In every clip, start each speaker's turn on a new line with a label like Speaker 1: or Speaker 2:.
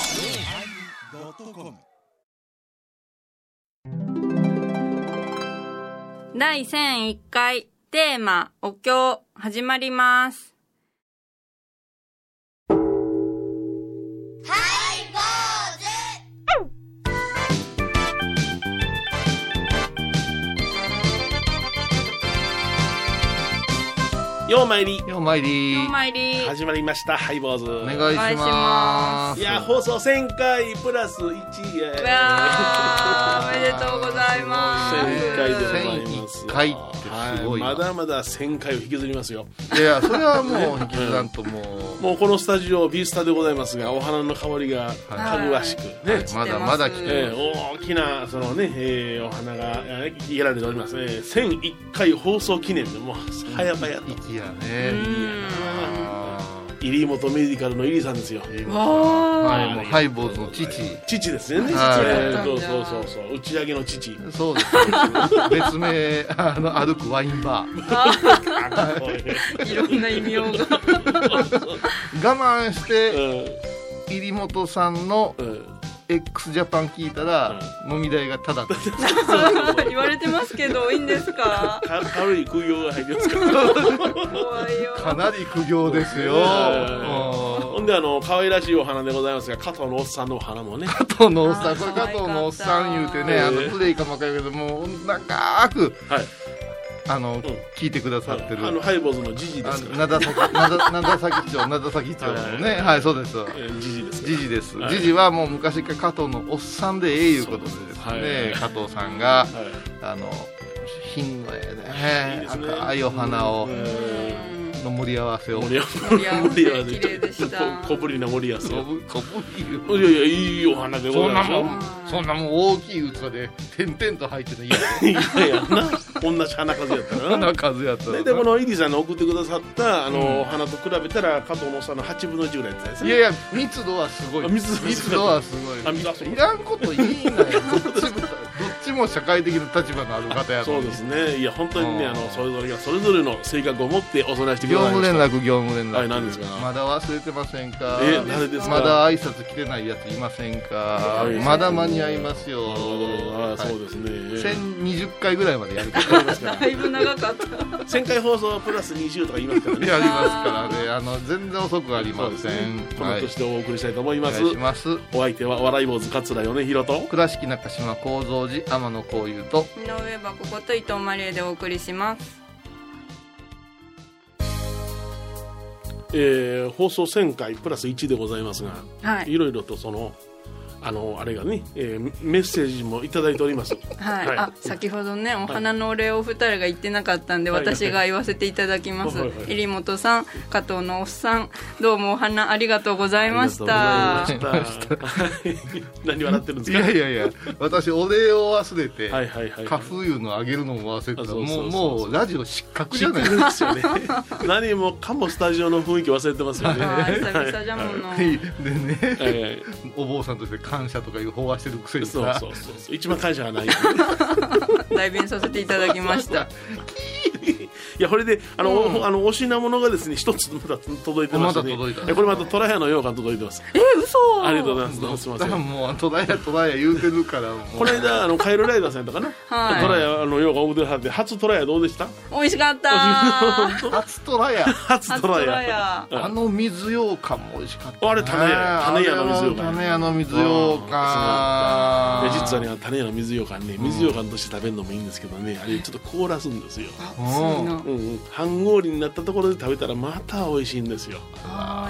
Speaker 1: yosmir
Speaker 2: 第1001回テーマお経始まります。
Speaker 3: ようまいり
Speaker 4: ようまいり
Speaker 2: お参り。
Speaker 3: 始まりましたハイボーズ
Speaker 4: お願いします
Speaker 3: いや放送1000回プラス1イエーイ
Speaker 2: うわーおめでとうございます。
Speaker 3: 1000回でございます
Speaker 4: 1001回ってすごいな
Speaker 3: はまだまだ1000回を引きずりますよ
Speaker 4: いやいやそれはもう引きずらんともう
Speaker 3: もうこのスタジオビースタでございますがお花の香りがかぐわしくね、
Speaker 4: まだまだ来て
Speaker 3: えー大きなその、ねえーお花がえーやられております、ね、1001回放送記念でもう早々と
Speaker 4: 息やねあ
Speaker 3: 入り元メディカルの入りさんですよ
Speaker 4: ー
Speaker 2: わ
Speaker 4: はいもうハイボーズの父
Speaker 3: 父ですよね、
Speaker 4: はい
Speaker 3: えーそうそうそうそう打ち上げの父
Speaker 4: そうです別名あの歩くワインバー
Speaker 2: ーいろんな異名が。
Speaker 4: 我慢して
Speaker 3: う
Speaker 4: 入本さんの
Speaker 3: んうん
Speaker 4: x ジャパン聞いたら飲み代がタダって
Speaker 2: 言われてますけどいいんですか
Speaker 3: か軽い空用が入ってますから
Speaker 2: 怖いよ
Speaker 4: かなり苦行ですよ
Speaker 3: ほんであの可愛らしいお花でございますが加藤のおっさんのお花もね
Speaker 4: 加藤のおっさ
Speaker 2: あ
Speaker 4: んこれ
Speaker 2: 可
Speaker 4: 加
Speaker 2: 愛かった
Speaker 4: 藤のおっさん言うてねあの
Speaker 3: ええ
Speaker 4: プレイかもわかるけどもう長く
Speaker 3: はい
Speaker 4: あの、聞いてくださってる、
Speaker 3: あのハイボーズのジジで
Speaker 4: あ
Speaker 3: すか
Speaker 4: の
Speaker 3: ら
Speaker 4: なださきなだなださき町なださき町のねはい、そうです
Speaker 3: えージジですからはい
Speaker 4: じじですじじはもう昔から加藤のおっさんでええいうことでですね
Speaker 3: そうです
Speaker 4: 加藤さん
Speaker 3: は
Speaker 4: が
Speaker 3: い
Speaker 4: あの品のえ
Speaker 3: いい
Speaker 4: えね
Speaker 3: ですね
Speaker 4: 赤いお花を
Speaker 3: え
Speaker 4: の盛り合わせを
Speaker 3: ー
Speaker 4: こ
Speaker 3: 盛
Speaker 4: ぶ
Speaker 3: り合わ
Speaker 2: 盛
Speaker 3: せ盛
Speaker 2: り合
Speaker 3: り合
Speaker 2: わ
Speaker 3: わ
Speaker 2: せ
Speaker 3: せ
Speaker 2: 綺麗でした
Speaker 3: ちょっと小ぶりな盛り合わせを
Speaker 4: こぶいう
Speaker 3: いやいやいいお花でご
Speaker 4: そ
Speaker 3: ざ
Speaker 4: ん
Speaker 3: い
Speaker 4: な
Speaker 3: ます
Speaker 4: も
Speaker 3: よ
Speaker 4: んそんなもん大きい器で点々と入ってていいや
Speaker 3: いやいやな同じ花数やった
Speaker 4: そ
Speaker 3: ら
Speaker 4: ん
Speaker 3: な
Speaker 4: な数やったらな
Speaker 3: 大体このイリさんの送ってくださったあのお花と比べたら加藤のおっさんの8分の10ぐらいやったです
Speaker 4: い
Speaker 3: ね
Speaker 4: やいや密度はすごい
Speaker 3: あ密度
Speaker 4: 密度はすごい
Speaker 3: あ密度はすごい
Speaker 4: いらんことい いなよどっちもどっちも社会的な立場のある方やと
Speaker 3: そうですねいや本当にね
Speaker 4: うん
Speaker 3: あのそれぞれがそれぞれの性格を持ってお供えしてく
Speaker 4: 業
Speaker 3: ださい
Speaker 4: 務
Speaker 3: まし
Speaker 4: 連
Speaker 3: た
Speaker 4: 絡業務連絡
Speaker 3: はい何ですか
Speaker 4: まだ忘れてませんか
Speaker 3: え誰ですか
Speaker 4: まだ挨拶来てないやついませんか、
Speaker 3: い
Speaker 4: まだ間に合いますよ、
Speaker 3: なるほどあーそうですね、
Speaker 4: 1020回ぐらいまでや るから
Speaker 2: だいぶ長かった
Speaker 3: 1000回放送プラス20とか言います からね
Speaker 4: やりますからねあの全然遅くありません、
Speaker 3: この
Speaker 4: はい
Speaker 3: 年でお送りしたいと思い
Speaker 4: お
Speaker 3: ます、
Speaker 4: 願いします
Speaker 3: お相手は笑い坊主桂米広と
Speaker 4: 倉敷中島幸三寺天野幸雄と
Speaker 2: 井上はここと伊藤マリエでお送りします
Speaker 3: えー放送1000回プラス1でございますが、
Speaker 2: はい
Speaker 3: いろいろとそのあのあれがね、えーメッセージもいただいております
Speaker 2: はい、
Speaker 3: はい
Speaker 2: あ先ほどねお花のお礼をお二人が言ってなかったんで、
Speaker 3: はい
Speaker 2: 私が言わせていただきます、
Speaker 3: はいはい
Speaker 2: 入本さん加藤のおっさんどうもお花ありがとうございました
Speaker 3: ありがとうございましたはい何笑ってるん
Speaker 4: い
Speaker 3: ですか
Speaker 4: やいやいや私お礼を忘れて、
Speaker 3: はいはいはい
Speaker 4: 花粉いうのあげるのも忘れて
Speaker 3: あ
Speaker 4: た
Speaker 3: そうそう
Speaker 4: も
Speaker 3: そうう
Speaker 4: もうラジオ失格じ
Speaker 3: 知
Speaker 4: ゃ
Speaker 3: っ
Speaker 4: ない
Speaker 3: て
Speaker 4: です
Speaker 3: る
Speaker 4: か
Speaker 3: んですよね 何もかもスタジオの雰囲気忘れてますよ ね
Speaker 2: はい久々じゃもの、
Speaker 4: はいでね
Speaker 3: え
Speaker 4: お坊さんとして感謝とかいう飽和してるくせ
Speaker 3: ー
Speaker 4: に
Speaker 3: そう
Speaker 4: さ
Speaker 3: そうそうそう一番感謝 がない
Speaker 2: 代弁させていただきました
Speaker 3: いやこれであの、おあのお品物がですね一つまだ届いてますね
Speaker 4: まだ届いた
Speaker 3: えこれまたトラヤの羊羹届いてます
Speaker 2: えー、嘘
Speaker 3: ありがとうございますどうもすみま
Speaker 4: だ
Speaker 3: せ
Speaker 4: から
Speaker 3: ん
Speaker 4: もうトラヤトラヤ言うてるからもう
Speaker 3: この間あのカエルライダーさんとかな、
Speaker 2: はい
Speaker 3: トラヤあの羊羹送ってはって初トラヤどうでした
Speaker 2: 美味しかった ー
Speaker 4: 初トラヤ
Speaker 3: 初トラヤ
Speaker 2: 初
Speaker 4: あの水羊羹も美味しかった
Speaker 3: あれ種屋種屋の水羊羹
Speaker 4: あれは種屋の水羊
Speaker 3: い
Speaker 4: 羹
Speaker 3: や実はねあの種屋の水羊羹ね水羊羹として食べるのもいいんですけどねあれちょっと凍らすんですよ
Speaker 2: そうな
Speaker 3: うんうん、半氷になったところで食べたらまた美味しいんですよ、
Speaker 2: あ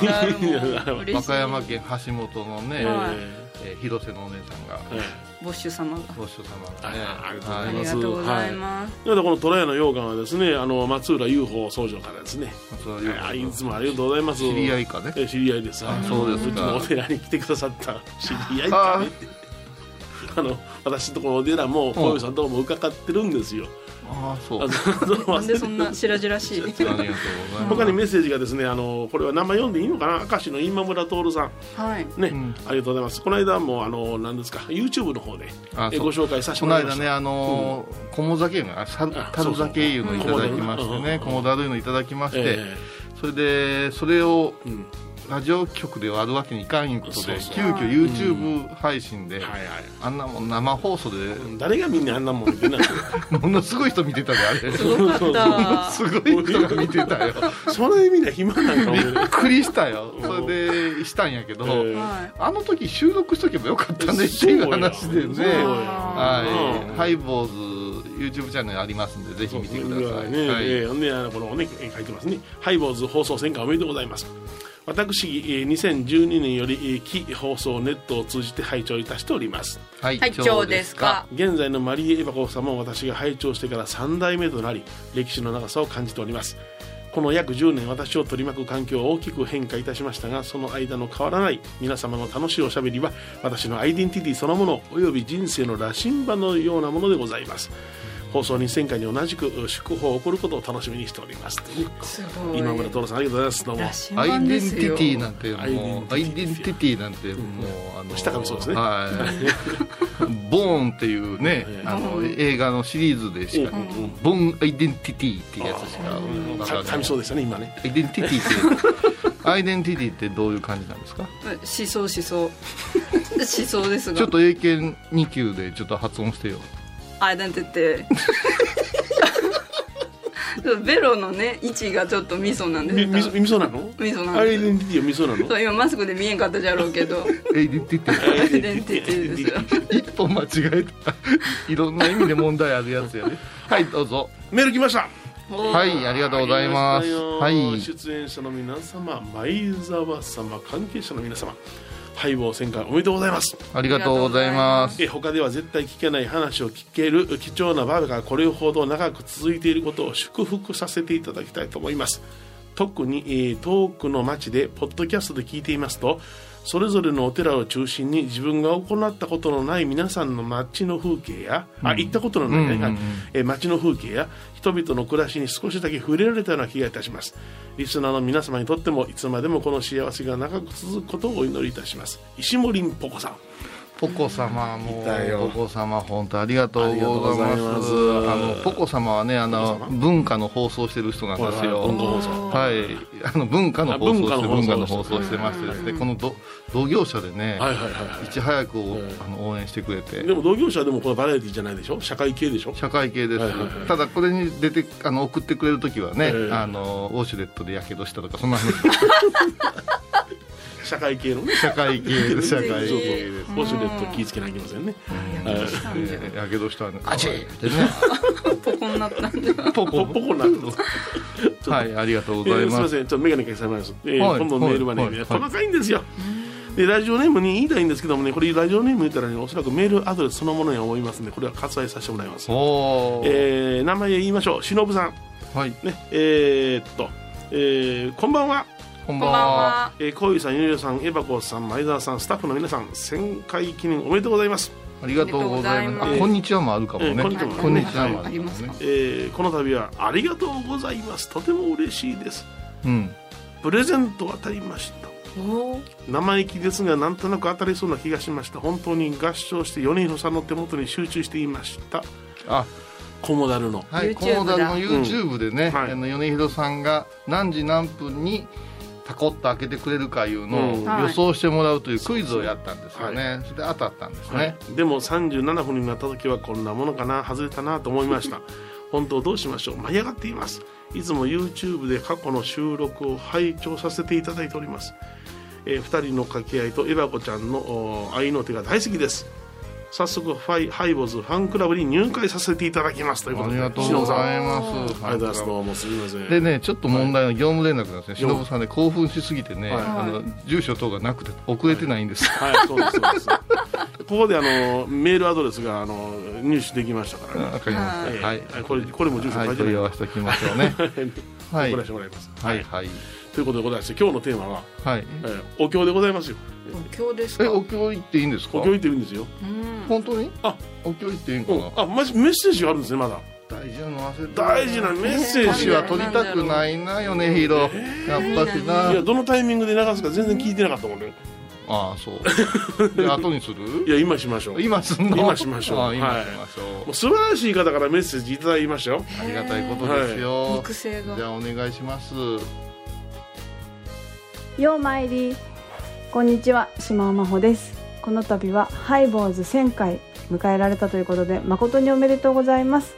Speaker 2: ーやる
Speaker 3: うん
Speaker 2: わやるわ嬉しい
Speaker 4: 和歌山県橋本のね、
Speaker 2: はい
Speaker 3: え
Speaker 4: えー広瀬のお姉さんが
Speaker 3: ーえ
Speaker 2: ボッシュ様が
Speaker 4: ご主様がね
Speaker 3: あありがとうご
Speaker 2: あ
Speaker 3: ざい
Speaker 2: り
Speaker 3: ま
Speaker 2: が
Speaker 3: す
Speaker 2: とうございます、
Speaker 3: ーでこのトラヤの羊羹はですねあの松浦雄峰総長からですね
Speaker 4: そういう
Speaker 3: あいつもありがとうございます
Speaker 4: 知り合いかね
Speaker 3: え知り合いです
Speaker 4: あそうですか
Speaker 3: うちのお寺に来てくださった知り合いかね あの私のところのお寺も小泉さんどうも伺ってるんですよ
Speaker 4: ああそ
Speaker 3: あの
Speaker 4: う
Speaker 3: ど うも
Speaker 2: なんでそんな白々しい
Speaker 4: ありがとうございます
Speaker 3: 他にメッセージがですねあのこれは名前読んでいいのかな明石の今村徹さん
Speaker 2: はい
Speaker 3: ね、
Speaker 4: ん
Speaker 3: ありがとうございますこの間もあの何ですか YouTube の方で
Speaker 4: あ
Speaker 3: え
Speaker 4: そう
Speaker 3: ご紹介させて
Speaker 4: こ
Speaker 3: も
Speaker 4: の
Speaker 3: らいま
Speaker 4: 間
Speaker 3: した
Speaker 4: ね、あのー、小も酒が、さ
Speaker 3: あ
Speaker 4: 樽酒いうのいただきま
Speaker 3: そ
Speaker 4: し
Speaker 3: うそう
Speaker 4: てね、
Speaker 3: うん
Speaker 4: 小もだるいのいただきまして、
Speaker 3: え
Speaker 4: それでそれを
Speaker 3: うん
Speaker 4: ラジオ局で割るわけにいかんいうことで
Speaker 3: そうそう
Speaker 4: 急遽 YouTube 配信
Speaker 3: は
Speaker 4: で、
Speaker 3: いはい
Speaker 4: あんなもん生放送で
Speaker 3: 誰がみんなあんなもん見てない
Speaker 4: ものすごい人見てたであれす
Speaker 2: よかった
Speaker 4: ごい人が見てたよ
Speaker 3: その意味では暇なんか俺
Speaker 4: びっ くりしたよそれでしたんやけど、
Speaker 3: ええ
Speaker 2: はい
Speaker 4: あの時収録しとけばよかったねっていう話で
Speaker 3: そ
Speaker 4: ね
Speaker 3: うや
Speaker 4: は
Speaker 3: う
Speaker 4: い、
Speaker 3: ん
Speaker 4: ハイボーズ YouTube チャンネルありますんでぜひ見てください、
Speaker 3: ね、
Speaker 4: はい
Speaker 3: えーほんであのこのねえー書いてますね「ハイボーズ放送戦果おめでとうございます」私、えー2012年より、えー、非放送ネットを通じて拝聴いたしております
Speaker 4: はい
Speaker 2: はい今日ですか
Speaker 3: 現在のマリー・エバコフ様も私が拝聴してから3代目となり歴史の長さを感じておりますこの約10年私を取り巻く環境は大きく変化いたしましたがその間の変わらない皆様の楽しいおしゃべりは私のアイデンティティそのものおよび人生の羅針盤のようなものでございます放送2000回に同じく祝報を送ることを楽しみにしております
Speaker 2: すごい
Speaker 3: 今村徹さんありがとうございますどうも
Speaker 2: 羅針
Speaker 4: アイ
Speaker 2: 盤
Speaker 4: デ
Speaker 2: で
Speaker 4: ンテ
Speaker 2: す
Speaker 4: ィ
Speaker 2: よ
Speaker 4: ティなんてもうアイ
Speaker 3: アイデ
Speaker 4: デ
Speaker 3: ンティティで
Speaker 4: ン
Speaker 3: すよ
Speaker 4: ティティなんてもう、あの
Speaker 3: 下上そうですね
Speaker 4: はい、 ボーンっていうね、
Speaker 3: ええ
Speaker 4: あの映画のシリーズでしか、
Speaker 3: うん
Speaker 4: ボーンアイデンティティっていうやつしか、
Speaker 3: うん
Speaker 4: だから
Speaker 3: か
Speaker 4: ね
Speaker 3: みそうでしたね今ね
Speaker 4: アイデンティティ ってアイデンティティってどういう感じなんですか
Speaker 2: 思想思想思想ですが
Speaker 4: ちょっと英検2級でちょっと発音して よ
Speaker 2: アイデンティティベロのね位置がちょっとミソなんです
Speaker 3: み
Speaker 2: よ
Speaker 3: みそみそなの
Speaker 2: ミソなん
Speaker 3: アイデ
Speaker 2: で
Speaker 3: ンティティはみそなの
Speaker 2: すそう今マスクで見えんかったじゃろうけど
Speaker 4: アイデンティティ
Speaker 2: アイデンティティですよ
Speaker 4: 一歩間違えたいろんな意味で問題あるやつやねはいどうぞ
Speaker 3: メール来ました
Speaker 4: はいありがとうございますは
Speaker 3: はいい、出演者の皆様、前澤様、関係者の皆様、ハイボー旋回おめでとうございます。
Speaker 4: ありがとうございます
Speaker 3: え他では絶対聞けない話を聞ける貴重な場がこれほど長く続いていることを祝福させていただきたいと思います特に、えー遠くの町でポッドキャストで聞いていますとそれぞれのお寺を中心に自分が行ったことのない皆さんの町の風景や、あ行ったことのない、ね
Speaker 4: うんうんうん
Speaker 3: えー街の風景や人々の暮らしに少しだけ触れられたような気がいたしますリスナーの皆様にとってもいつまでもこの幸せが長く続くことをお祈りいたします石森んぽこさん
Speaker 4: ポコ様も
Speaker 3: いたよ
Speaker 4: ポコ様本当ありがとうございま
Speaker 3: あり
Speaker 4: す
Speaker 3: がとうござ
Speaker 4: あ
Speaker 3: います
Speaker 4: のポコ様はねあの
Speaker 3: ポコ様
Speaker 4: 文化の放送してる人なんで
Speaker 3: 文
Speaker 4: す
Speaker 3: 化
Speaker 4: よ
Speaker 3: 放送
Speaker 4: はいあの文化の放送して
Speaker 3: あ
Speaker 4: 文
Speaker 3: 文
Speaker 4: 化
Speaker 3: 化
Speaker 4: の
Speaker 3: の
Speaker 4: 放
Speaker 3: 放
Speaker 4: 送
Speaker 3: 送
Speaker 4: してましてですねこのど同業者でね
Speaker 3: はいはいはいはい
Speaker 4: いち早くおあの応援してくれて
Speaker 3: でも同業者でもこれバラエティじゃないでしょ社会系でしょ
Speaker 4: 社会系です、
Speaker 3: はいはいはい
Speaker 4: ただこれに出てあの送ってくれる時はね、
Speaker 3: ええ
Speaker 4: あのウォシュレットでやけどしたとかそんな話
Speaker 3: 社会系のね
Speaker 4: 社会系です社会系
Speaker 3: そうそう
Speaker 4: です
Speaker 3: ウォシュレット気ぃつけなきゃいけませんね
Speaker 4: ええやけどしたんであちってね
Speaker 2: ポコになったんで
Speaker 4: ポ
Speaker 3: ポ
Speaker 4: コ
Speaker 3: ッポコになってます
Speaker 4: はいありがとうご
Speaker 3: え
Speaker 4: ざい
Speaker 3: ーすい
Speaker 4: ま、
Speaker 3: ますせんちょっと眼鏡かけさまです、えー
Speaker 4: はい
Speaker 3: 今度メールはね、
Speaker 4: はいはい
Speaker 3: 細かいんですよ、でラジオネームに言いたいんですけどもねこれラジオネーム言ったらねおそらくメールアドレスそのものに思いますんでこれは割愛させてもらいます、
Speaker 4: おー
Speaker 3: えー名前言いましょうしのぶさん
Speaker 4: はい
Speaker 3: ねえーっと、えーこんばんは
Speaker 4: こん
Speaker 2: こ
Speaker 4: ば
Speaker 2: んば
Speaker 4: ん
Speaker 2: ん
Speaker 4: は
Speaker 2: は
Speaker 3: えー、こういうさん、ゆりよさん、エバコさん、前澤さん、スタッフの皆さん、1000回記念おめでとうございます。
Speaker 4: ありがとうございます
Speaker 2: ありがとうございます
Speaker 4: あこんにちはもあるかもね、
Speaker 3: ええこんにちはも
Speaker 4: こんにちはも
Speaker 2: ありますか
Speaker 3: えーこの度はありがとうございますとても嬉しいです
Speaker 4: うん
Speaker 3: プレゼント当たりました
Speaker 2: おー
Speaker 3: 生意気ですがなんとなく当たりそうな気がしました本当に合唱して米広さんの手元に集中していました
Speaker 4: あ
Speaker 3: コモダルの
Speaker 4: はい
Speaker 2: YouTube
Speaker 4: コモダルの
Speaker 2: だ
Speaker 4: YouTube でね、
Speaker 3: うんはい
Speaker 4: あの米広さんが何時何分にタコッと開けてくれるかいうの
Speaker 3: う
Speaker 4: を
Speaker 3: ん
Speaker 2: はい
Speaker 4: 予想してもらうというクイズをやったんですよね、それで当たったんですね、
Speaker 3: はい、でも37分になった時はこんなものかな外れたなと思いました 本当どうしましょう舞い上がっていますいつも YouTube で過去の収録を拝聴させていただいております、えー、2人の掛け合いとエバ子ちゃんのおー愛の手が大好きです早速ファイハイボーズファンクラブに入会させていただきますというこ
Speaker 4: あ
Speaker 3: と
Speaker 4: り
Speaker 3: で
Speaker 4: がとう
Speaker 3: しの
Speaker 4: ご
Speaker 3: ぶさんあ
Speaker 4: ざいます。
Speaker 3: りがとうございますどうもすみません
Speaker 4: でね、ちょっと問題の業務連絡なんですね。
Speaker 3: 業務
Speaker 4: 忍さんね、興奮しすぎてね、
Speaker 3: はい
Speaker 4: あの住所等がなくて遅れてないんです。
Speaker 3: はいそうですそうです ここであのメールアドレスがあの入手できましたからね
Speaker 4: わかりまし
Speaker 3: えー
Speaker 4: た。はい。
Speaker 3: これこれも住所
Speaker 4: は
Speaker 3: 書い
Speaker 4: い、
Speaker 3: て
Speaker 4: 問
Speaker 3: ないい
Speaker 4: 合わせておきましょうね。はい
Speaker 3: 送ら。せてもらいます、
Speaker 4: はいはい
Speaker 3: ということでございまして今日のテーマは、
Speaker 4: はい。
Speaker 3: えーお経でございますよ
Speaker 2: お経ですか
Speaker 4: え、お経行っていいんですか
Speaker 3: お経言ってるんですよ、
Speaker 2: うん
Speaker 4: 本当に
Speaker 3: あ
Speaker 4: お経行っていいんか
Speaker 3: うん
Speaker 4: な、
Speaker 3: あマジメッセージがあるんですねまだ
Speaker 4: 大事なの忘れた。
Speaker 3: 大事なメッセー
Speaker 4: 年
Speaker 3: ジ
Speaker 4: は
Speaker 3: が。
Speaker 4: 取りたくないな、米広。やっぱしない
Speaker 3: やどのタイミングで流すか全然聞いてなかったもんね
Speaker 4: ああ、そう。で、後にす
Speaker 3: い
Speaker 4: る
Speaker 3: や今しましょうも
Speaker 4: 今すんの
Speaker 3: 今しましょう
Speaker 4: あ今
Speaker 3: はい
Speaker 4: しましょ
Speaker 3: う素晴らしい方からメッセージいただきましたよ
Speaker 4: う。ありがたいことですよ。
Speaker 2: 木星が
Speaker 4: じゃあお願いします。
Speaker 1: ようまいりこんにちは島尾真帆ですこの度はハイボーズ1000回迎えられたということで誠におめでとうございます、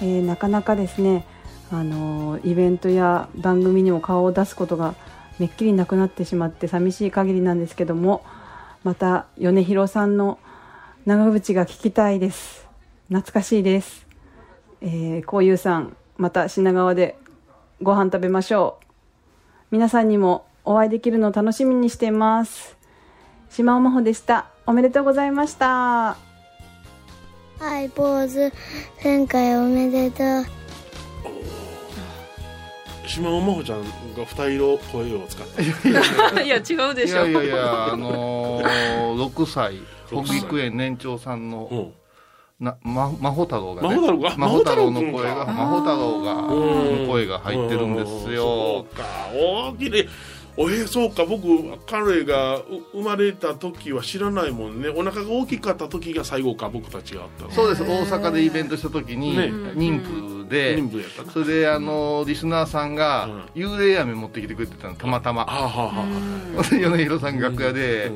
Speaker 1: えーなかなかですねあのーイベントや番組にも顔を出すことがめっきりなくなってしまって寂しい限りなんですけどもまた米広さんの長渕が聞きたいです懐かしいですえーこういうさんまた品川でご飯食べましょう皆さんにもお会いできるのを楽しみにしています島尾真帆でしたおめでとうございました
Speaker 5: はい、坊主、前回おめでとう。
Speaker 3: 島尾真帆ちゃんが二色声を使 って
Speaker 2: いや違うで
Speaker 4: い
Speaker 2: しょ
Speaker 4: やいやいやあ のー、6歳
Speaker 3: 六歳
Speaker 4: 北陸園年長さんの、
Speaker 3: うん
Speaker 4: な、ま、マホ太郎がね。
Speaker 3: 真帆太郎があ
Speaker 4: マホ太郎の
Speaker 3: 真帆
Speaker 4: 声
Speaker 3: 太郎
Speaker 4: が、
Speaker 3: 君か
Speaker 4: マホ太郎が、
Speaker 3: うん
Speaker 4: の声が入ってるんです
Speaker 3: うんそ
Speaker 4: よ。
Speaker 3: うか大きいおへそうか僕彼がう生まれた時は知らないもんねお腹が大きかった時が最後か僕たちがあったの
Speaker 4: そうです。大阪でイベントした時に、
Speaker 3: ね
Speaker 4: 妊婦で、
Speaker 3: 妊婦やったな
Speaker 4: それで、あの、リスナーさんが、
Speaker 3: うん
Speaker 4: 幽霊飴持ってきてくれてたの、たまたま。
Speaker 3: あはあはあ
Speaker 4: 米広さん楽屋で、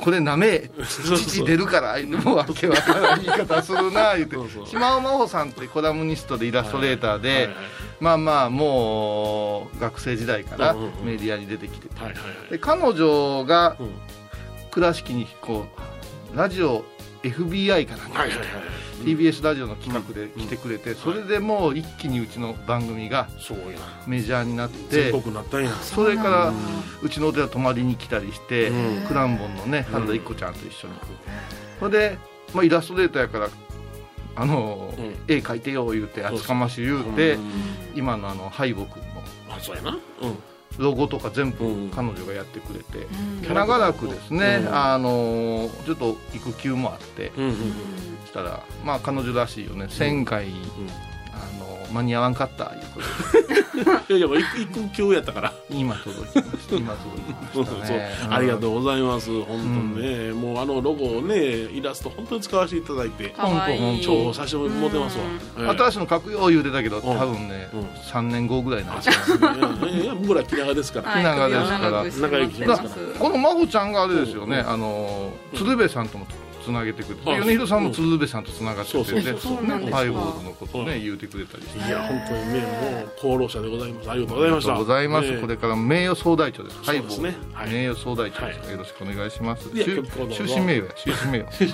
Speaker 4: これなめ、
Speaker 3: そうそう
Speaker 4: 父出るから、言うてもうわけわからん言い方するな、言って
Speaker 3: そうそう。
Speaker 4: 島尾真帆さんってコラムニストでイラストレーターで、
Speaker 3: はいはい
Speaker 4: まあまあ、もう、学生時代から
Speaker 3: うんうんうん
Speaker 4: メディアに出てきてて
Speaker 3: はいはいはい
Speaker 4: で彼女が
Speaker 3: うん
Speaker 4: 倉敷にこうラジオ FBI かなんか、
Speaker 3: はいはいはい
Speaker 4: TBS ラジオの企画で来てくれて、それでもう一気にうちの番組が
Speaker 3: すごいな
Speaker 4: メジャーになって
Speaker 3: 全国になったんや
Speaker 4: それからうちのお寺泊まりに来たりして、
Speaker 3: うん
Speaker 4: クランボンのね
Speaker 3: ん
Speaker 4: 原田一子ちゃんと一緒に、それで、まあ、イラストレーターやからあの、
Speaker 3: うん
Speaker 4: 絵描いてよ言うて厚かましい言うて、
Speaker 3: うん
Speaker 4: 今のあの敗北の
Speaker 3: あそうやなう
Speaker 4: ロゴとか全部
Speaker 3: うん
Speaker 4: 彼女がやってくれて、
Speaker 3: うん
Speaker 4: 長らくですね、
Speaker 3: うん
Speaker 4: あのーちょっと育休もあって
Speaker 3: んうんうん
Speaker 4: したらまあ彼女らしいよね1000回、あのー間に合わんかったいうことで
Speaker 3: いやいやもう育育休やったから
Speaker 4: 今届きました今届きま
Speaker 3: そう
Speaker 4: し
Speaker 3: そう
Speaker 4: た
Speaker 3: そう
Speaker 4: ね、
Speaker 3: ありがと
Speaker 4: う
Speaker 3: うございます本当にね、もうあのロゴをねイラスト本当に使わせていただいて
Speaker 2: かわいい
Speaker 4: ほんと
Speaker 3: 重宝させてもらってますわ、ええ
Speaker 4: 新しいの書くよ言うてたけど多分ね、
Speaker 3: うん
Speaker 4: 3年後ぐらいなん
Speaker 3: あ
Speaker 4: ですよ
Speaker 3: そうですねいやいや僕ら気長ですから、
Speaker 2: はい
Speaker 4: 長
Speaker 2: 首
Speaker 4: で
Speaker 2: を
Speaker 4: すから
Speaker 2: 長くしてもらって
Speaker 3: 長
Speaker 2: ま
Speaker 3: 生きし
Speaker 2: す
Speaker 4: この真帆ちゃんがあれですよね、
Speaker 3: うん
Speaker 4: あのー鶴瓶さんともつなげてくれて、
Speaker 3: あ
Speaker 4: 米広さんも鶴瓶さんとつながってて、
Speaker 3: うんそうそう
Speaker 2: そうそう
Speaker 4: ね
Speaker 2: なんですよ
Speaker 4: ハイボールのことね、言うてくれたりして
Speaker 3: いや本当にねもう功労者でございますありがとうござい
Speaker 4: あ
Speaker 3: まし
Speaker 4: りが
Speaker 3: た
Speaker 4: とうございます、
Speaker 3: ねえ
Speaker 4: これから名誉総大長です
Speaker 3: そうですね
Speaker 4: ハイボール
Speaker 3: はい
Speaker 4: 名誉総大長です、よろしくお願いします
Speaker 3: いや
Speaker 4: 終
Speaker 3: 結構どうぞ
Speaker 4: 終身名誉や終身名誉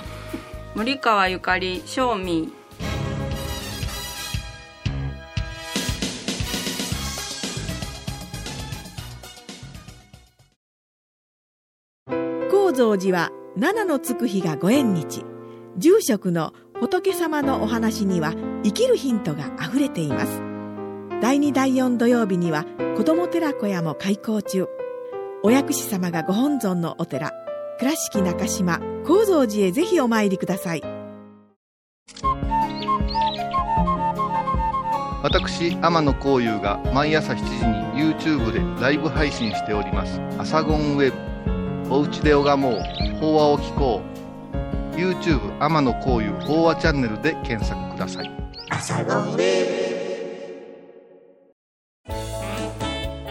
Speaker 2: 森川ゆかり正味
Speaker 6: 高蔵寺は七のつく日がご縁日住職の仏様のお話には生きるヒントがあふれています第2第4土曜日には子ども寺小屋も開校中お薬師様がご本尊のお寺倉敷中島・高蔵寺へぜひお参りください
Speaker 4: 私天野幸雄が毎朝7時に YouTube でライブ配信しております「朝ゴンウェブ」「おうちで拝もう法話を聞こう」YouTube 天野幸雄法話チャンネルで検索ください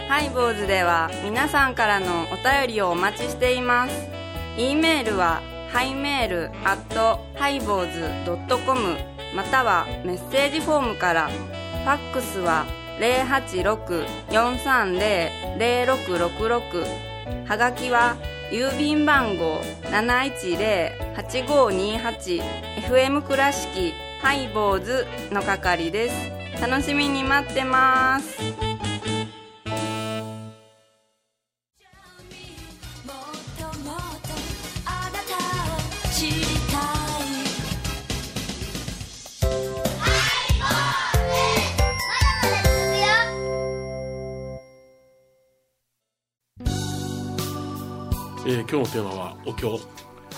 Speaker 2: ハイボーズでは皆さんからのお便りをお待ちしています。e メールはハイメールアットハイボーズドットコムまたはメッセージフォームから。ファックスは086-430-0666はがきは郵便番号710-8528 FM 倉敷ハイボーズの係です。楽しみに待ってます。
Speaker 7: もっともっとあなたを知りたい
Speaker 3: えー今日のテーマはお経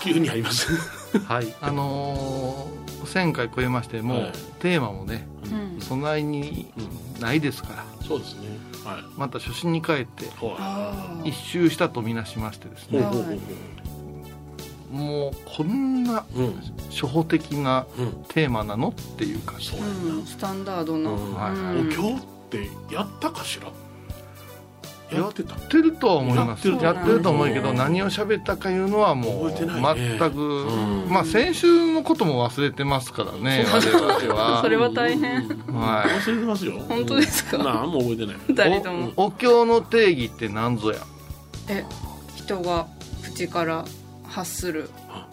Speaker 3: 急にあります
Speaker 4: はい、あのー、1000回超えましてもう、
Speaker 3: はい
Speaker 4: テーマもね
Speaker 2: うん
Speaker 4: そないにないですから
Speaker 3: そうですねはい
Speaker 4: また初心に帰って
Speaker 3: ほら
Speaker 4: 一周したとみなしましてです
Speaker 3: ほう
Speaker 4: ね
Speaker 3: ほうほう
Speaker 4: もうこんな
Speaker 3: ほううん
Speaker 4: 初歩的な
Speaker 3: うん
Speaker 4: テーマなのっていう感じ
Speaker 3: そうや
Speaker 2: うん、スタンダードな、
Speaker 3: うん
Speaker 4: はい
Speaker 2: うん
Speaker 3: お経ってやったかしらやってた
Speaker 4: やってるとは思います
Speaker 3: やってる
Speaker 4: やってると思うけ
Speaker 3: う
Speaker 4: ど
Speaker 3: ん
Speaker 4: 何を喋ったかいうのはもう
Speaker 3: 覚えてないね
Speaker 4: 全く
Speaker 3: うん
Speaker 4: まあ先週のことも忘れてますからね我々 は
Speaker 2: それは大変
Speaker 4: はい
Speaker 3: 忘れてますよ
Speaker 2: 本当ですか
Speaker 3: 何も覚えてない
Speaker 2: 二人とも
Speaker 4: おお経の定義って何ぞや
Speaker 2: え人が口から発する
Speaker 3: あ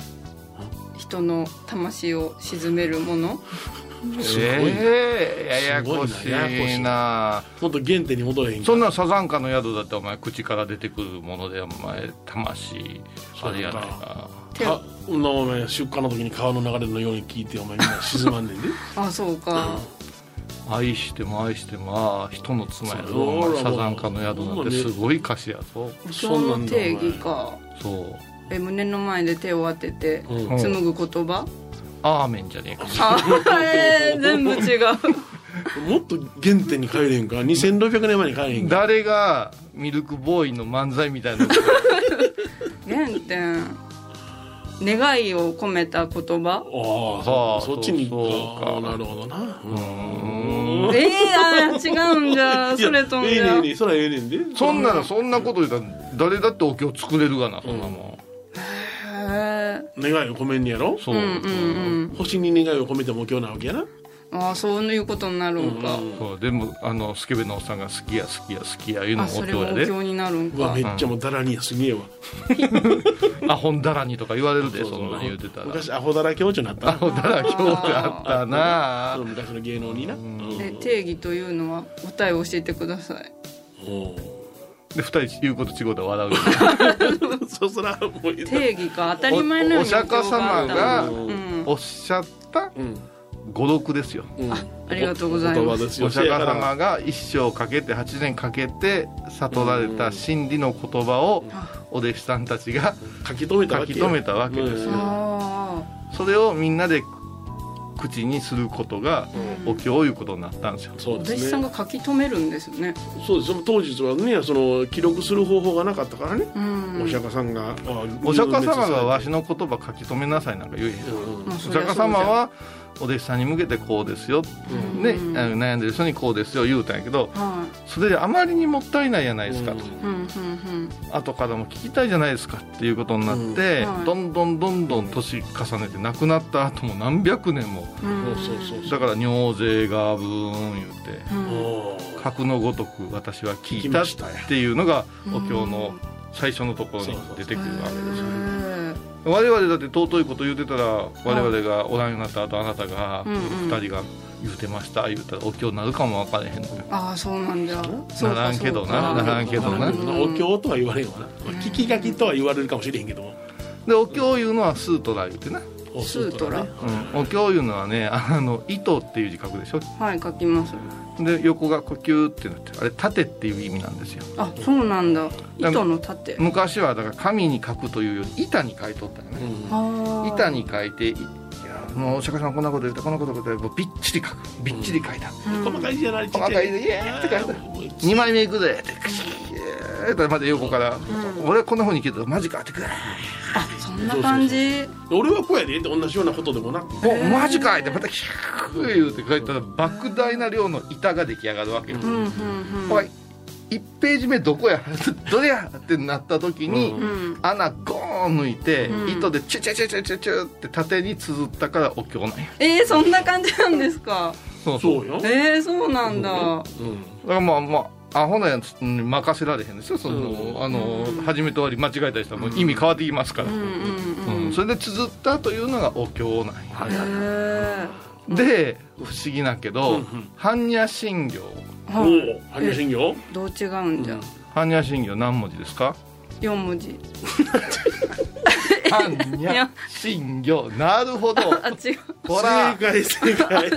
Speaker 2: 人の魂を鎮めるもの
Speaker 3: すごいな
Speaker 4: ええややこ
Speaker 3: すごいなややこ
Speaker 4: し
Speaker 3: しい
Speaker 4: いな
Speaker 3: もっと原点に戻れへんか
Speaker 4: そんなサザンカの宿だってお前口から出てくるものでお前魂あれやないか
Speaker 2: 手
Speaker 3: あそんなお前出荷の時に川の流れのように聞いてお前みんな静まんねんで
Speaker 2: あそうか
Speaker 4: 愛しても愛してもああ人の妻や
Speaker 3: そう
Speaker 4: ろお前
Speaker 3: ほら
Speaker 4: サザンカの宿なんてすごい歌詞やぞ
Speaker 2: お
Speaker 3: そ
Speaker 2: 経
Speaker 3: ん
Speaker 2: の
Speaker 3: なんだお前
Speaker 2: 定義か
Speaker 4: そう
Speaker 2: え胸の前で手を当てて
Speaker 3: うん
Speaker 4: ん
Speaker 2: 紡ぐ言葉
Speaker 4: アーメンじゃねえか
Speaker 2: あえー全部違う
Speaker 3: もっと原点に帰れへんか2600年前に帰れへんか
Speaker 4: 誰がミルクボーイの漫才みたいなの
Speaker 2: 原点願いを込めた言葉
Speaker 3: ああ
Speaker 4: は
Speaker 3: そ
Speaker 4: あ
Speaker 3: そっちに
Speaker 4: そうか
Speaker 3: ああなるほどな
Speaker 4: う ーん
Speaker 2: えー、あー違うんじゃ
Speaker 3: いや
Speaker 2: それとん
Speaker 3: え
Speaker 2: じ
Speaker 3: えね
Speaker 2: ゃ
Speaker 3: んええねんそらええねんで
Speaker 4: そんなのそんなこと言うたら誰だってお経作れるがなそんなも
Speaker 2: へー
Speaker 3: 願いを込めんねやろ
Speaker 4: んそううん
Speaker 2: うんうん
Speaker 3: 星に願いを込めても今日なわけやな
Speaker 2: ああそういうことになるんか、
Speaker 4: そうでもあのスケベのおっさんが好きや好きや好きやいうの
Speaker 2: あ
Speaker 4: もお
Speaker 2: それ
Speaker 4: 経
Speaker 2: も
Speaker 4: や
Speaker 2: お
Speaker 4: で
Speaker 2: 経になるん
Speaker 3: うわ
Speaker 2: か
Speaker 3: めっちゃもうだらにやすげえわ
Speaker 4: アホンダラにとか言われるでそんなん言うてたら
Speaker 3: 昔アホだら教授になった
Speaker 4: ア
Speaker 3: な
Speaker 4: ホダラ教があった
Speaker 3: その
Speaker 4: な
Speaker 3: 昔の芸能になうん
Speaker 2: で定義というのは答えを教えてください
Speaker 3: お
Speaker 4: で二人言うこと違うと笑うよ
Speaker 3: う そそらもういいな
Speaker 2: 定義か当たり前のように
Speaker 4: おお釈迦様が
Speaker 2: うん、
Speaker 4: おっしゃった
Speaker 3: うん
Speaker 4: 語録ですよ
Speaker 3: うん
Speaker 2: ありがとうござい
Speaker 3: 言
Speaker 2: ま
Speaker 3: 葉
Speaker 2: す
Speaker 3: ですよ
Speaker 4: お釈迦様が一生かけて8年かけて悟られた真理の言葉をお弟子さんたちが
Speaker 3: 書き留めたわ
Speaker 4: 書
Speaker 3: け
Speaker 4: き
Speaker 3: よ
Speaker 4: 留めたわけです
Speaker 3: うん
Speaker 4: よ
Speaker 2: あ
Speaker 4: それをみんなで口にすることがお経いうことになったんですよ
Speaker 3: そ
Speaker 2: あ
Speaker 3: う
Speaker 2: お
Speaker 3: で
Speaker 2: 弟
Speaker 3: すね
Speaker 2: 子さんが書き留めるんですよね
Speaker 3: そうですその当時はねその記録する方法がなかったからね、
Speaker 2: うん
Speaker 3: お釈迦さんがあ
Speaker 4: お釈迦様がわし
Speaker 3: の、
Speaker 4: の言葉書き留めなさいなんか言えへ
Speaker 3: う
Speaker 4: ん
Speaker 3: ん
Speaker 2: まあ
Speaker 4: お
Speaker 2: そりゃそ
Speaker 4: 釈迦
Speaker 2: うじゃん
Speaker 4: 様はお弟子さんに向けてこうですよ、
Speaker 3: うん
Speaker 4: ね、
Speaker 2: うん
Speaker 4: あの悩んでる人にこうですよ言うたんやけど
Speaker 2: は
Speaker 4: それであまりにもったいないじゃないですかと、
Speaker 3: うん
Speaker 2: いうんうん
Speaker 4: 後からも聞きたいじゃないですかっていうことになって、
Speaker 2: うんはい
Speaker 4: どんどんどんどん年重ねて亡くなった後も何百年も
Speaker 2: うんうん
Speaker 3: そうそうそう
Speaker 4: だから尿税がブーン言って
Speaker 2: うん
Speaker 3: おー
Speaker 4: 格のごとく私は聞い
Speaker 3: 聞き
Speaker 4: た
Speaker 3: ま
Speaker 4: っ
Speaker 3: したよ
Speaker 4: ていうのがお経の最初のところに出てくるわけですよ我々だって尊いこと言うてたら我々がおらんようになった後あなたが
Speaker 2: うんうん
Speaker 4: 2人が言うてました言うたらお経になるかも分からへんのよ
Speaker 2: ああそうなんだ
Speaker 4: ならんけどなならんけどな
Speaker 3: お経とは言われんわな、まあ聞き書きとは言われるかもしれへんけども
Speaker 4: でお経いうのはスートラ言うてな、
Speaker 3: お
Speaker 2: スートラ
Speaker 3: ね
Speaker 4: うん、お経いうのはね あの糸っていう字書くでしょ
Speaker 2: はい書きます
Speaker 4: で横が呼吸ってなってあれ盾っていう意味なんですよ
Speaker 2: あそうなんだ糸の盾
Speaker 4: 昔はだから紙に書くというより板に書いとったよ
Speaker 3: う
Speaker 4: ね、
Speaker 2: あ
Speaker 3: ん
Speaker 2: あ
Speaker 4: 板に書いていいやもうお釈迦さんこんなこと言ったこんなこと言ったもうびっちり書くびっちり書いた、
Speaker 3: 細かいじゃないちっちゃ
Speaker 4: 細かい字イエーって書いてある二2枚目いくぜってクシーってまで横から、俺はこんなふうに聞いてたマジかってくれ、
Speaker 2: そんな感じ
Speaker 3: 俺はこうやでって同じようなことでもなく
Speaker 4: おマジかいってまたキャー言うて書いたら莫大な量の板が出来上がるわけよ、
Speaker 2: うんうん
Speaker 4: おい1ページ目どこや どれやってなった時に、
Speaker 2: うんうん
Speaker 4: 穴ゴーン抜いて、
Speaker 2: うん
Speaker 4: 糸でチュチュチュチュチュチュって縦に綴ったからお経なんや
Speaker 2: えー、そんな感じなんですか
Speaker 4: そう
Speaker 3: そうよ、
Speaker 2: えー、そうなんだ
Speaker 3: うん
Speaker 4: だからまあまあアホなやつに任せられへんですよその、
Speaker 3: うん
Speaker 4: あの始めと終わり間違えた人はもう意味変わってきますから、
Speaker 2: うんうんうん、
Speaker 4: うんそれで綴ったというのがお経なんや、
Speaker 2: へー
Speaker 4: で不思議なけ
Speaker 3: うん
Speaker 4: ど、
Speaker 3: うん
Speaker 4: 般若心経
Speaker 3: お
Speaker 2: は
Speaker 3: お般若心経
Speaker 2: い、どう違うんじゃ、
Speaker 4: 般若心経何文字ですか
Speaker 2: 四文字
Speaker 4: 般若心経なるほど
Speaker 2: あ違う
Speaker 4: ほ
Speaker 3: 正
Speaker 4: ら
Speaker 3: 解正解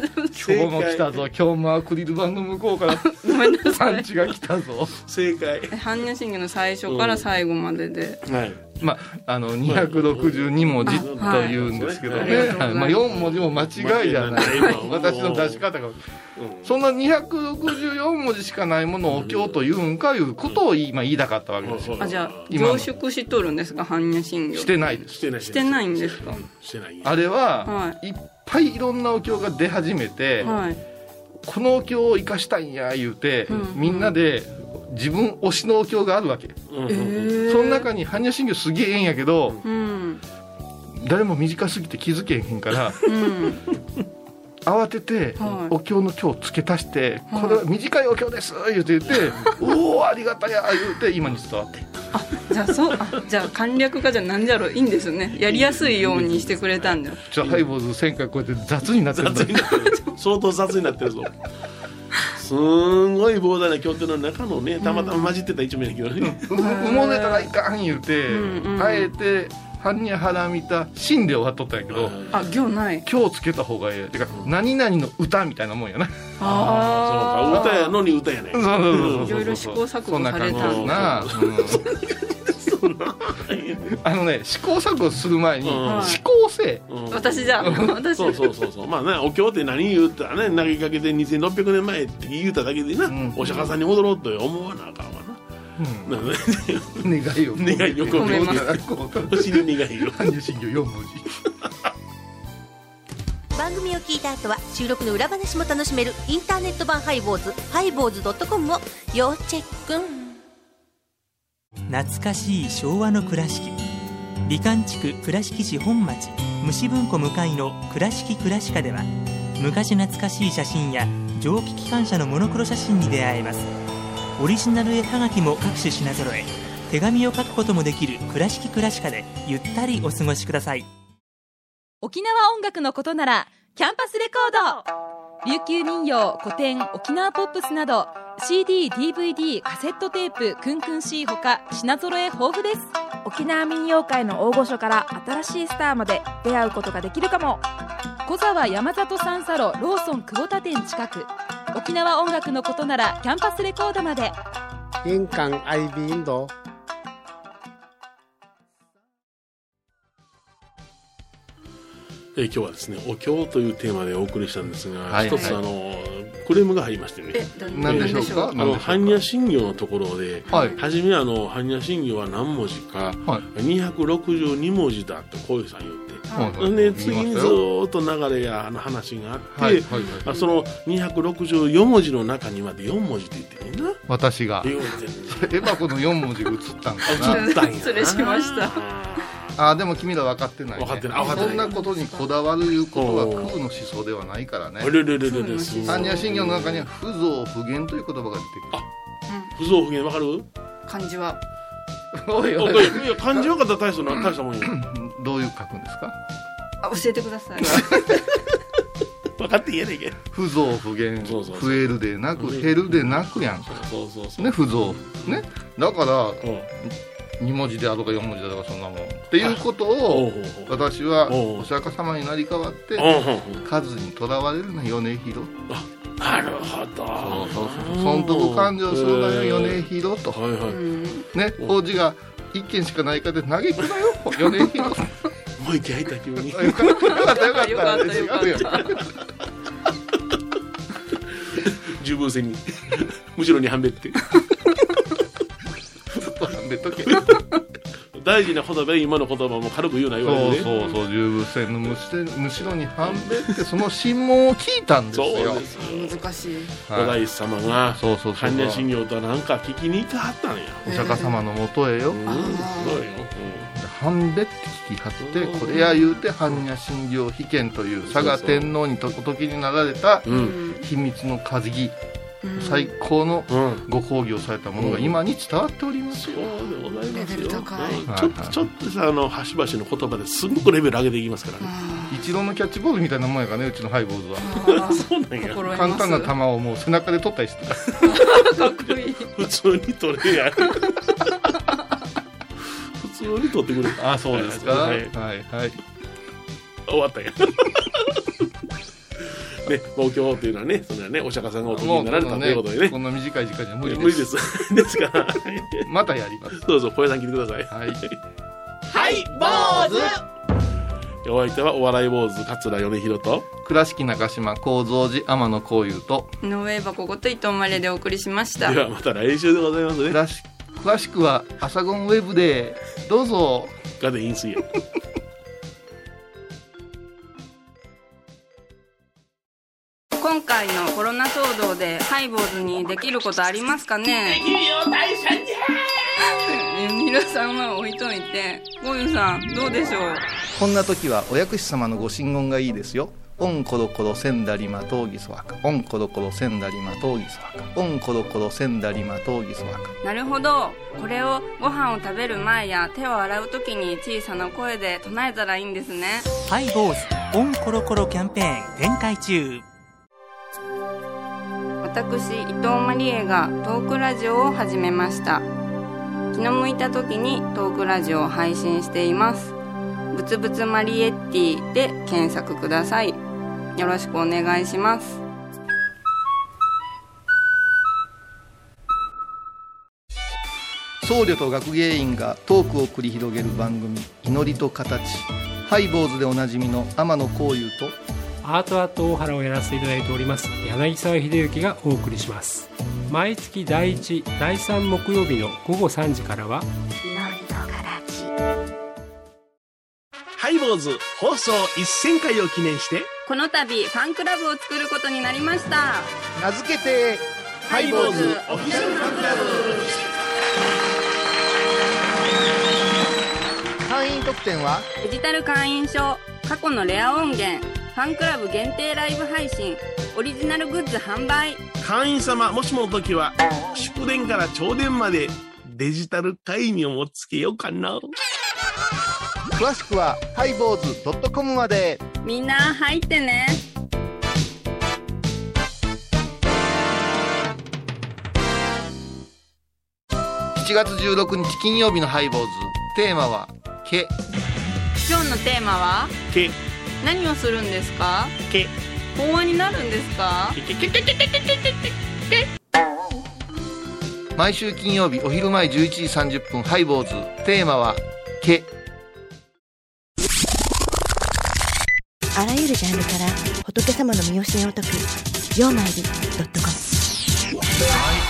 Speaker 4: 今日も来たぞ今日もアクリル板の向こうから
Speaker 2: ごめんなさ
Speaker 4: 産
Speaker 2: い
Speaker 4: 地が来たぞ
Speaker 3: 正解
Speaker 2: え般若心経の最初から最後までで、
Speaker 3: はい
Speaker 4: まあ、あの262文字というんですけどね、
Speaker 2: はいはい
Speaker 4: はいまあ、4文字も間違いじゃない
Speaker 3: 間違いない
Speaker 4: 私の出し方がそんな264文字しかないものをお経というんかいうことを今言いたかったわけですよ
Speaker 2: あじゃあ
Speaker 4: 今の
Speaker 2: 凝縮しとるんですか般若心経
Speaker 4: してないです
Speaker 3: してない
Speaker 2: してないんですか
Speaker 3: してない
Speaker 4: あれは
Speaker 2: はい
Speaker 4: っぱいいろんなお経が出始めて、
Speaker 2: はい
Speaker 4: このお経を生かしたいんや言うて、
Speaker 2: ん
Speaker 4: みんなで自分推しのお経があるわけ
Speaker 3: うんうん
Speaker 8: え
Speaker 3: うん
Speaker 8: ー
Speaker 4: その中に般若心経すげえええんやけど
Speaker 9: うん
Speaker 4: 誰も短すぎて気づけへんから
Speaker 9: うん
Speaker 4: 慌てて
Speaker 9: はい
Speaker 4: お経の経を付け足して「
Speaker 9: はい
Speaker 4: これは短いお経です」言うて言って「おおありがたや」言うて今に伝わって
Speaker 9: じゃあそうあじゃあ簡略化じゃなんじゃろういいんですねやりやすいようにしてくれたんだよ
Speaker 4: じゃあハイボーズ1000回こうやって雑になってる
Speaker 3: 雑になってる相当雑になってるぞすんごい膨大な経典の中のねたまたま混じってた一面だけどね、
Speaker 4: う埋もれたらいかん言うて、
Speaker 9: うんうん
Speaker 4: あえて「般若波羅蜜多心」で終わっとったんやけど
Speaker 9: あ行ない
Speaker 4: 今日つけた方がええてか何々の歌みたいなもんやなそ
Speaker 3: あそうか歌やのに歌やね
Speaker 4: うそうそうそう
Speaker 9: いろいろ試行錯誤された
Speaker 4: そん
Speaker 9: ん
Speaker 4: な
Speaker 3: だ
Speaker 4: 感じですな、うんあのね試行錯誤する前に
Speaker 3: うん
Speaker 4: 思考性
Speaker 3: うん
Speaker 9: 私じゃ あ私
Speaker 3: そうそうそうそうまあねお経って何言うたらね投げかけて2600年前って言うただけでな、
Speaker 4: うん
Speaker 3: お釈迦さんに戻ろうと思わなあかんわなな
Speaker 4: 願いを
Speaker 3: 願いを込
Speaker 9: めます
Speaker 3: 星に願いを
Speaker 4: 般若心経4文字
Speaker 10: 番組を聞いた後は収録の裏話も楽しめるインターネット版ハイボーズハイボーズドットコムを要チェック
Speaker 6: 懐かしい昭和の倉敷美観地区倉敷市本町虫文庫向かいの「倉敷倉敷科」では昔懐かしい写真や蒸気機関車のモノクロ写真に出会えますオリジナル絵はがきも各種品揃え手紙を書くこともできる「倉敷倉敷科」でゆったりお過ごしください
Speaker 1: 沖縄音楽のことならキャンパスレコード琉球民謡古典沖縄ポップスなど CDDVD カセットテープクンクン C ほか品揃え豊富です沖縄民謡界の大御所から新しいスターまで出会うことができるかも小沢山里三佐路ローソン久保田店近く沖縄音楽のことならキャンパスレコードまで
Speaker 11: 玄関アイビーインド
Speaker 3: えー今日はですねお経というテーマでお送りしたんですが、
Speaker 4: はい
Speaker 3: 一つあ
Speaker 4: は
Speaker 3: のクレームが入りましてね
Speaker 9: えど
Speaker 4: 何でしょうか
Speaker 3: あの般若心経のところで、
Speaker 4: はい
Speaker 3: 初めはあの般若心経は何文字か、
Speaker 4: はい
Speaker 3: 262文字だってこういうさん言って、
Speaker 4: はい
Speaker 3: で次
Speaker 4: 見
Speaker 3: に
Speaker 4: ま
Speaker 3: ず
Speaker 4: したよ
Speaker 3: ーっと流れやあの話があって、
Speaker 4: はいはいはい
Speaker 3: あその264文字の中にまで4文字って言ってねんな
Speaker 4: 私が
Speaker 3: 言うてんねん
Speaker 4: エヴァ子の4文字が映ったんかな
Speaker 3: 映ったんやな
Speaker 9: 失礼しました
Speaker 4: あーでも君ら分かってない、ね、
Speaker 3: 分かってない分かって
Speaker 4: そ
Speaker 3: ない
Speaker 4: んなことにこだわるいうことは空の思想ではないからね
Speaker 3: あれれれれれすごい
Speaker 4: 般若心経の中には不増不減という言葉が出て
Speaker 3: 不
Speaker 4: くる
Speaker 3: 増不減わかる
Speaker 9: 漢字は
Speaker 4: おい
Speaker 3: あいやいや漢字分かったら大したの大したもんよ
Speaker 4: どういう書くんですか
Speaker 9: あ教えてください
Speaker 3: 分かって言えねえけ
Speaker 4: 不増不減
Speaker 3: そうそうそう
Speaker 4: 増えるでなく減るでなくやんそ
Speaker 3: そうそうそう
Speaker 4: れね不増ねだから
Speaker 3: おう
Speaker 4: 2文字であろうか4文字であろうかそんなもんっていうこと
Speaker 3: お
Speaker 4: を
Speaker 3: うおうおう
Speaker 4: 私は
Speaker 3: おう
Speaker 4: お釈迦様になり代わって
Speaker 3: おうおうおう
Speaker 4: 数にとらわれるな米広
Speaker 3: なるほど
Speaker 4: 損得感情するなよ米広と
Speaker 3: はいはい、
Speaker 9: う
Speaker 3: も
Speaker 9: ん
Speaker 4: ね法事が1件しかないから嘆くな よ米広と
Speaker 3: う一回入った気 分に
Speaker 4: よかったよかったよかった
Speaker 9: よかったよかった
Speaker 4: 違うよ
Speaker 3: 十分線に 後ろにはんべって
Speaker 4: ずっとなんでとけ
Speaker 3: 大事な言葉や今の言葉も軽く言うな言わ
Speaker 4: そう
Speaker 3: れてね
Speaker 4: そうそう十分線のむしむしろに半べってその神問を聞いたんですよ
Speaker 3: ですよ
Speaker 9: 難しい
Speaker 4: はい
Speaker 3: お大師様が
Speaker 4: そうそうそう
Speaker 3: 般若心経となんか聞きに行かはったんや
Speaker 4: お釈迦様のもとへよ
Speaker 3: うんすごいよう
Speaker 4: 半べって聞きはってこれや言うて般若心経秘剣という佐賀天皇にとお時になられた
Speaker 3: んう
Speaker 9: うんん
Speaker 4: 秘密の風儀
Speaker 9: うん
Speaker 4: 最高の
Speaker 3: うん
Speaker 4: ご褒美をされたものが今に伝わっております
Speaker 3: そう
Speaker 4: よ
Speaker 3: でございます
Speaker 9: レベル
Speaker 3: よ
Speaker 9: 高い
Speaker 3: うん
Speaker 4: はい
Speaker 3: ちょっとちょっとさあの端々の言葉ですごくレベル上げていきますからね
Speaker 4: 一郎のキャッチボールみたいなもんやからねうちのハイボールは
Speaker 9: あー
Speaker 3: そうなんや
Speaker 9: 心得
Speaker 4: 簡
Speaker 9: ます
Speaker 4: 単な球をもう背中で取ったりしてた
Speaker 9: かっこいい
Speaker 3: 普通に取れ や普通に取ってくれた
Speaker 4: は
Speaker 3: はいい
Speaker 4: はいはい
Speaker 3: 終わった よ。ね、お経というのはね、それはね、お釈迦さんがお解きになられたということでね
Speaker 4: こ。んな短い時間じゃ無理です
Speaker 3: 無理です。です から、
Speaker 4: またやります
Speaker 3: どうぞ、小屋さん聞いてください。
Speaker 4: はい
Speaker 3: はい、坊主お相手はお笑い坊主、桂米広と。
Speaker 4: 倉敷中島幸三寺天野幸雄と
Speaker 9: ノーウェーバコこと伊藤マレでお送りしました
Speaker 3: では、また来週でございますね。
Speaker 4: 倉敷詳しくは「アサゴンウェブ」でどうぞ
Speaker 3: ガデイン水泳。
Speaker 9: 今
Speaker 2: 今回のコロナ騒動でハイボーズにできることありますかね
Speaker 7: できるよ大社 じ
Speaker 2: ゃ皆さんは置いといてゴユさんどうでしょう
Speaker 4: こんな時はお薬師様のご神言がいいですよ。オンコロコロセンダリマトーギソワカ。オンコロコロセンダリマトーギソワカ。オンコロコロセンダリマトーギソワカ。
Speaker 2: なるほどこれをご飯を食べる前や手を洗う時に小さな声で唱えたらいいんですね
Speaker 12: ハイボーズオンコロコロキャンペーン展開中
Speaker 2: 私伊藤マリエがトークラジオを始めました気の向いた時にトークラジオを配信していますぶつぶつマリエッティで検索くださいよろしくお願いします
Speaker 4: 僧侶と学芸員がトークを繰り広げる番組「祈りと形」ハイボーズでおなじみの天野幸雄と
Speaker 9: アートアート大原をやらせていただいております柳沢秀幸がお送りします毎月第1第3木曜日の午後3時からは
Speaker 13: ハイボーズ放送1000回を記念して
Speaker 2: この度ファンクラブを作ることになりました
Speaker 13: 名付けてハイボーズオフィシャル
Speaker 2: ファンクラ
Speaker 4: 会員特典は
Speaker 2: ブデジタル会員証過去のレア音源ファンクラブ限定ライブ配信オリジナルグッズ販売
Speaker 3: 会員様もしもの時は祝電から朝電までデジタル会議をもつけようかな
Speaker 4: 詳しくはハイボーズ .com まで
Speaker 2: みんな入ってね
Speaker 4: 7月16日金曜日のハイボーズテーマは「毛
Speaker 2: 今日のテーマは」
Speaker 4: 毛
Speaker 2: 何をするんですか
Speaker 3: 毛
Speaker 2: 法話になるんですか
Speaker 4: 毎週金曜日お昼前11時30分ハイボーズテーマは「毛
Speaker 14: あらゆるジャンルから仏様の身教えを解く「曜マイルドットコム」
Speaker 7: ハイボーズ